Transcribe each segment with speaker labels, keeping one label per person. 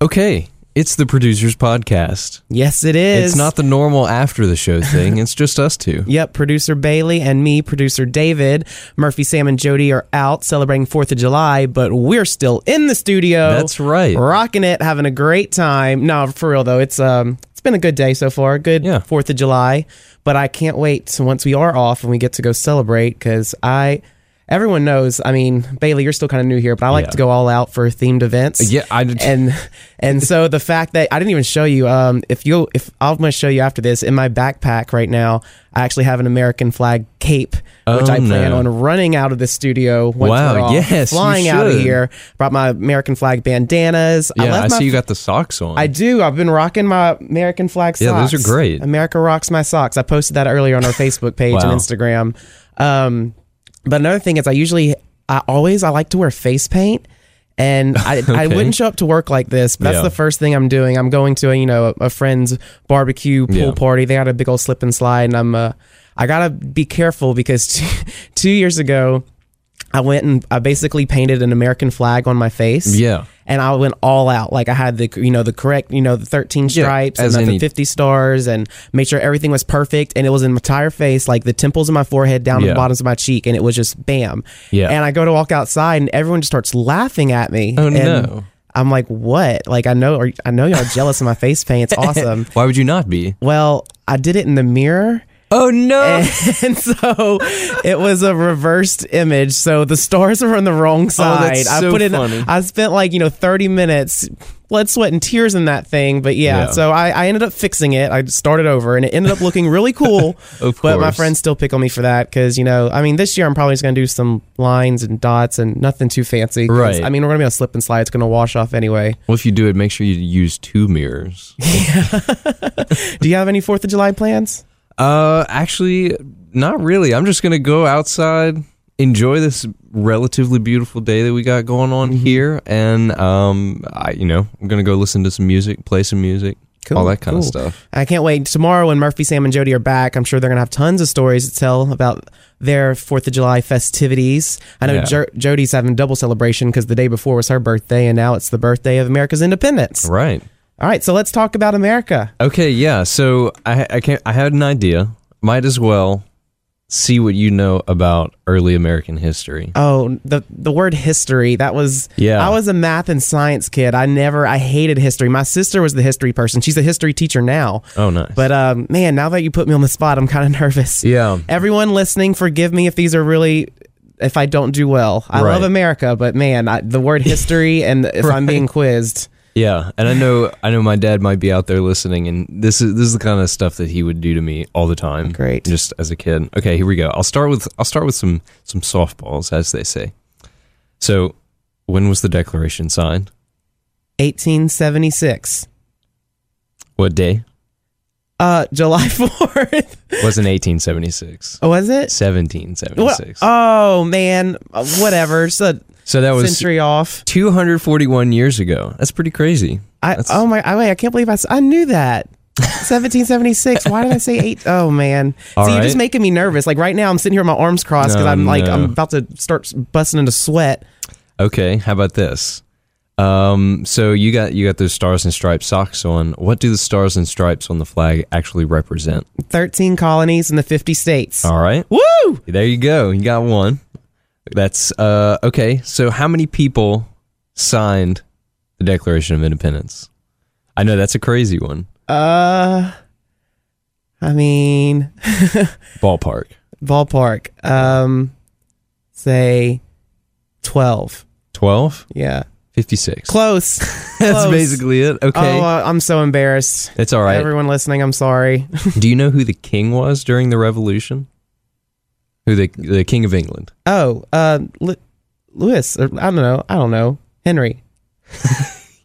Speaker 1: Okay, it's the producers podcast.
Speaker 2: Yes, it is.
Speaker 1: It's not the normal after the show thing. It's just us two.
Speaker 2: Yep, producer Bailey and me, producer David. Murphy, Sam, and Jody are out celebrating 4th of July, but we're still in the studio.
Speaker 1: That's right.
Speaker 2: Rocking it, having a great time. No, for real though, it's um it's been a good day so far. Good
Speaker 1: Yeah.
Speaker 2: 4th of July, but I can't wait to once we are off and we get to go celebrate cuz I everyone knows, I mean, Bailey, you're still kind of new here, but I like
Speaker 1: Yeah.
Speaker 2: to go all out for themed events.
Speaker 1: Yeah, I did-
Speaker 2: and and so the fact that I didn't even show you, um, if you if I'm gonna show you after this, in my backpack right now, I actually have an American flag cape, which I plan
Speaker 1: Oh, no.
Speaker 2: on running out of the studio. Once
Speaker 1: Wow,
Speaker 2: we're off,
Speaker 1: yes, you
Speaker 2: flying out of
Speaker 1: should.
Speaker 2: here. Brought my American flag bandanas.
Speaker 1: Yeah, I,
Speaker 2: left my
Speaker 1: see you got the socks on.
Speaker 2: I do. I've been rocking my American flag
Speaker 1: Yeah, those
Speaker 2: socks.
Speaker 1: are great.
Speaker 2: America rocks my socks. I posted that earlier on our Facebook page
Speaker 1: Wow.
Speaker 2: and Instagram. Um, but another thing is, I usually, I always, I like to wear face paint, and I, I
Speaker 1: Okay.
Speaker 2: wouldn't show up to work like this. But that's
Speaker 1: Yeah.
Speaker 2: the first thing I'm doing. I'm going to a, you know a, a friend's barbecue pool
Speaker 1: Yeah.
Speaker 2: party. They had a big old slip and slide, and I'm uh, I gotta be careful because two, two years ago. I went and I basically painted an American flag on my face
Speaker 1: Yeah.
Speaker 2: and I went all out. Like I had the you know the correct you know the thirteen
Speaker 1: Yeah,
Speaker 2: stripes
Speaker 1: as
Speaker 2: and the
Speaker 1: any-
Speaker 2: fifty stars, and made sure everything was perfect. And it was in my entire face, like the temples of my forehead down to
Speaker 1: Yeah.
Speaker 2: the bottoms of my cheek, and it was just bam.
Speaker 1: Yeah.
Speaker 2: And I go to walk outside, and everyone just starts laughing at me.
Speaker 1: Oh,
Speaker 2: and
Speaker 1: no.
Speaker 2: I'm like, what? Like I know, or, I know y'all jealous of my face paint. It's awesome.
Speaker 1: Why would you not be?
Speaker 2: Well, I did it in the mirror
Speaker 1: Oh no!
Speaker 2: and so it was a reversed image. So the stars were on the wrong side.
Speaker 1: Oh, that's
Speaker 2: I
Speaker 1: so
Speaker 2: put in.
Speaker 1: funny.
Speaker 2: I spent like you know thirty minutes, blood, sweat, and tears in that thing. But yeah,
Speaker 1: Yeah.
Speaker 2: so I, I ended up fixing it. I started over, and it ended up looking really cool.
Speaker 1: Of
Speaker 2: but my
Speaker 1: course.
Speaker 2: friends still pick on me for that because you know, I mean, this year I'm probably just gonna do some lines and dots and nothing too fancy. 'cause,
Speaker 1: Right.
Speaker 2: I mean, we're gonna be on a slip and slide. It's gonna wash off anyway.
Speaker 1: well, if you do it, make sure you use two mirrors.
Speaker 2: do you have any Fourth of July plans?
Speaker 1: Uh, actually, not really. I'm just gonna go outside, enjoy this relatively beautiful day that we got going on
Speaker 2: Mm-hmm.
Speaker 1: here, and um, I, you know, I'm gonna go listen to some music, play some music, all that kind
Speaker 2: cool.
Speaker 1: of stuff.
Speaker 2: I can't wait. Tomorrow, when Murphy, Sam, and Jody are back, I'm sure they're going to have tons of stories to tell about their 4th of July festivities. I know
Speaker 1: Yeah.
Speaker 2: jo- Jody's having double celebration because the day before was her birthday, and now it's the birthday of America's independence.
Speaker 1: Right.
Speaker 2: All right, so let's talk about America.
Speaker 1: Okay. Yeah. So I, I can I had an idea. Might as well see what you know about early American history.
Speaker 2: Oh, the the word history. That was
Speaker 1: Yeah.
Speaker 2: I was a math and science kid. I never I hated history. My sister was the history person. She's a history teacher now.
Speaker 1: Oh, nice.
Speaker 2: But um, man, now that you put me on the spot, I'm kind of nervous.
Speaker 1: yeah.
Speaker 2: Everyone listening, forgive me if these are really if I don't do well. I
Speaker 1: Right.
Speaker 2: love America, but man, I, the word history and if I'm being quizzed,
Speaker 1: Yeah, and I know I know my dad might be out there listening, and this is this is the kind of stuff that he would do to me all the time.
Speaker 2: Great.
Speaker 1: just as a kid. Okay, here we go. I'll start with I'll start with some some softballs, as they say. So, when was the Declaration signed?
Speaker 2: 1876,
Speaker 1: What day?
Speaker 2: uh, July 4th.
Speaker 1: Wasn't eighteen seventy six.
Speaker 2: was it?
Speaker 1: Seventeen seventy
Speaker 2: What-
Speaker 1: six.
Speaker 2: Oh man, Uh, whatever. It's a
Speaker 1: So that was
Speaker 2: century off.
Speaker 1: two hundred forty one years ago. That's pretty crazy.
Speaker 2: I
Speaker 1: That's-
Speaker 2: oh my, I wait, I can't believe I, s- I knew that. 1776. Why did I say eight? Oh man. See,
Speaker 1: All
Speaker 2: you're just
Speaker 1: right.
Speaker 2: making me nervous. Like right now, I'm sitting here with my arms crossed because
Speaker 1: No,
Speaker 2: I'm like, I'm
Speaker 1: no.
Speaker 2: about to start s- busting into sweat.
Speaker 1: Okay, how about this? Um, so you got you got those stars and stripes socks on. What do the stars and stripes on the flag actually represent?
Speaker 2: 13 colonies in the 50 states.
Speaker 1: All right.
Speaker 2: Woo!
Speaker 1: There you go. You got one. That's uh okay. So how many people signed the Declaration of Independence? I know that's a crazy one.
Speaker 2: Uh, I mean,
Speaker 1: Ballpark.
Speaker 2: ballpark. Um, say twelve.
Speaker 1: 12?
Speaker 2: Yeah,
Speaker 1: 56.
Speaker 2: close.
Speaker 1: that's
Speaker 2: close.
Speaker 1: basically it. Okay.
Speaker 2: Oh, uh, I'm so embarrassed.
Speaker 1: it's all right.
Speaker 2: Everyone listening, I'm sorry.
Speaker 1: Do you know who the king was during the revolution? Who the the king of England?
Speaker 2: Oh, uh, Lu- Louis. Or, I don't know. I don't know. Henry.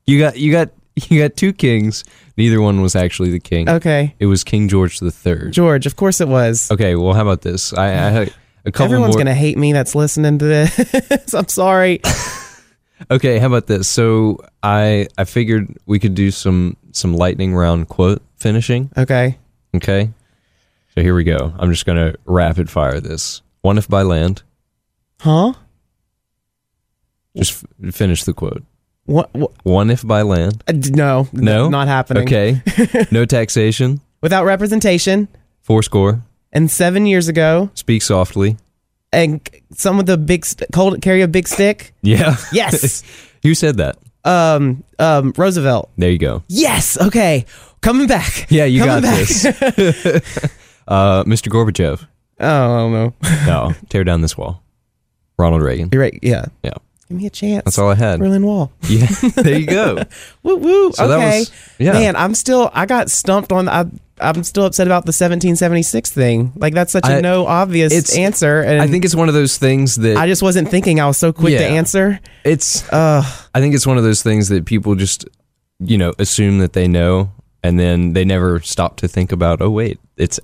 Speaker 1: You got you got you got two kings. Neither one was actually the king.
Speaker 2: Okay,
Speaker 1: It was King George the 3rd.
Speaker 2: George. Of course it was.
Speaker 1: Okay, well how about this? I, I had a couple
Speaker 2: Everyone's
Speaker 1: more
Speaker 2: gonna hate me that's listening to this. I'm sorry.
Speaker 1: Okay, how about this? So I I figured we could do some some lightning round quote finishing.
Speaker 2: Okay.
Speaker 1: Okay, so here we go. I'm just gonna rapid fire this. One if by land.
Speaker 2: Huh?
Speaker 1: Just f- finish the quote.
Speaker 2: What? what
Speaker 1: One if by land.
Speaker 2: uh, d- no, n-
Speaker 1: No?
Speaker 2: not happening.
Speaker 1: Okay. no taxation.
Speaker 2: Without representation,
Speaker 1: Fourscore.
Speaker 2: and seven years ago,
Speaker 1: Speak softly.
Speaker 2: and c- some of the big st- cold carry a big stick.
Speaker 1: Yeah.
Speaker 2: Yes.
Speaker 1: Who said that?
Speaker 2: um. Um. Roosevelt.
Speaker 1: There you go.
Speaker 2: Yes. Okay. Coming back.
Speaker 1: Yeah, you
Speaker 2: Coming
Speaker 1: got
Speaker 2: back.
Speaker 1: this. uh, Mr. Gorbachev.
Speaker 2: Oh, I don't know.
Speaker 1: No, tear down this wall. Ronald Reagan.
Speaker 2: You're right. Yeah.
Speaker 1: Yeah.
Speaker 2: Give me a chance.
Speaker 1: That's all I had.
Speaker 2: Berlin Wall.
Speaker 1: Yeah. There you go.
Speaker 2: Woo woo.
Speaker 1: So that
Speaker 2: okay.
Speaker 1: was- yeah.
Speaker 2: Man, I'm still. I got stumped on. I, I'm still upset about the 1776 thing. Like that's such a
Speaker 1: I-
Speaker 2: no obvious
Speaker 1: it's-
Speaker 2: answer, and
Speaker 1: I think it's one of those things that
Speaker 2: I just wasn't thinking. I was so quick to
Speaker 1: Yeah.
Speaker 2: answer.
Speaker 1: it's
Speaker 2: Ugh.
Speaker 1: I think it's one of those things that people just you know assume that they know and then they never stop to think about, "Oh wait, it's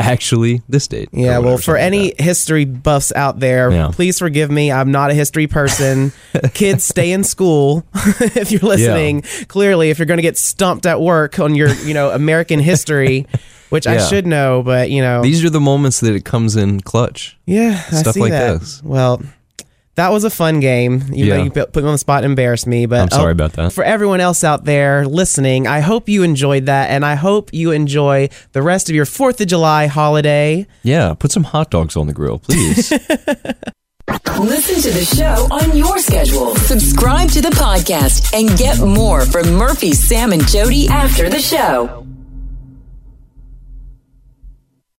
Speaker 1: actually this date." or
Speaker 2: Yeah. Well,
Speaker 1: whatever,
Speaker 2: for
Speaker 1: something
Speaker 2: any
Speaker 1: like
Speaker 2: history buffs out there,
Speaker 1: Yeah.
Speaker 2: please forgive me. I'm not a history person. Kids, stay in school if you're listening. Clearly, if you're going to get stumped at work on your, you know, American history, which I
Speaker 1: Yeah.
Speaker 2: should know, but you know,
Speaker 1: that. These are the moments that it comes in clutch.
Speaker 2: Yeah, I
Speaker 1: Stuff
Speaker 2: see
Speaker 1: like
Speaker 2: that.
Speaker 1: this.
Speaker 2: Well, that was a fun game. You,
Speaker 1: Yeah.
Speaker 2: you put put me on the spot and embarrassed me, but
Speaker 1: I'm sorry
Speaker 2: oh,
Speaker 1: about that.
Speaker 2: For everyone else out there listening, I hope you enjoyed that, and I hope you enjoy the rest of your Fourth of July holiday.
Speaker 1: Yeah, put some hot dogs on the grill, please.
Speaker 3: Listen to the show on your schedule. Subscribe to the podcast and get more from Murphy, Sam, and Jody after the show.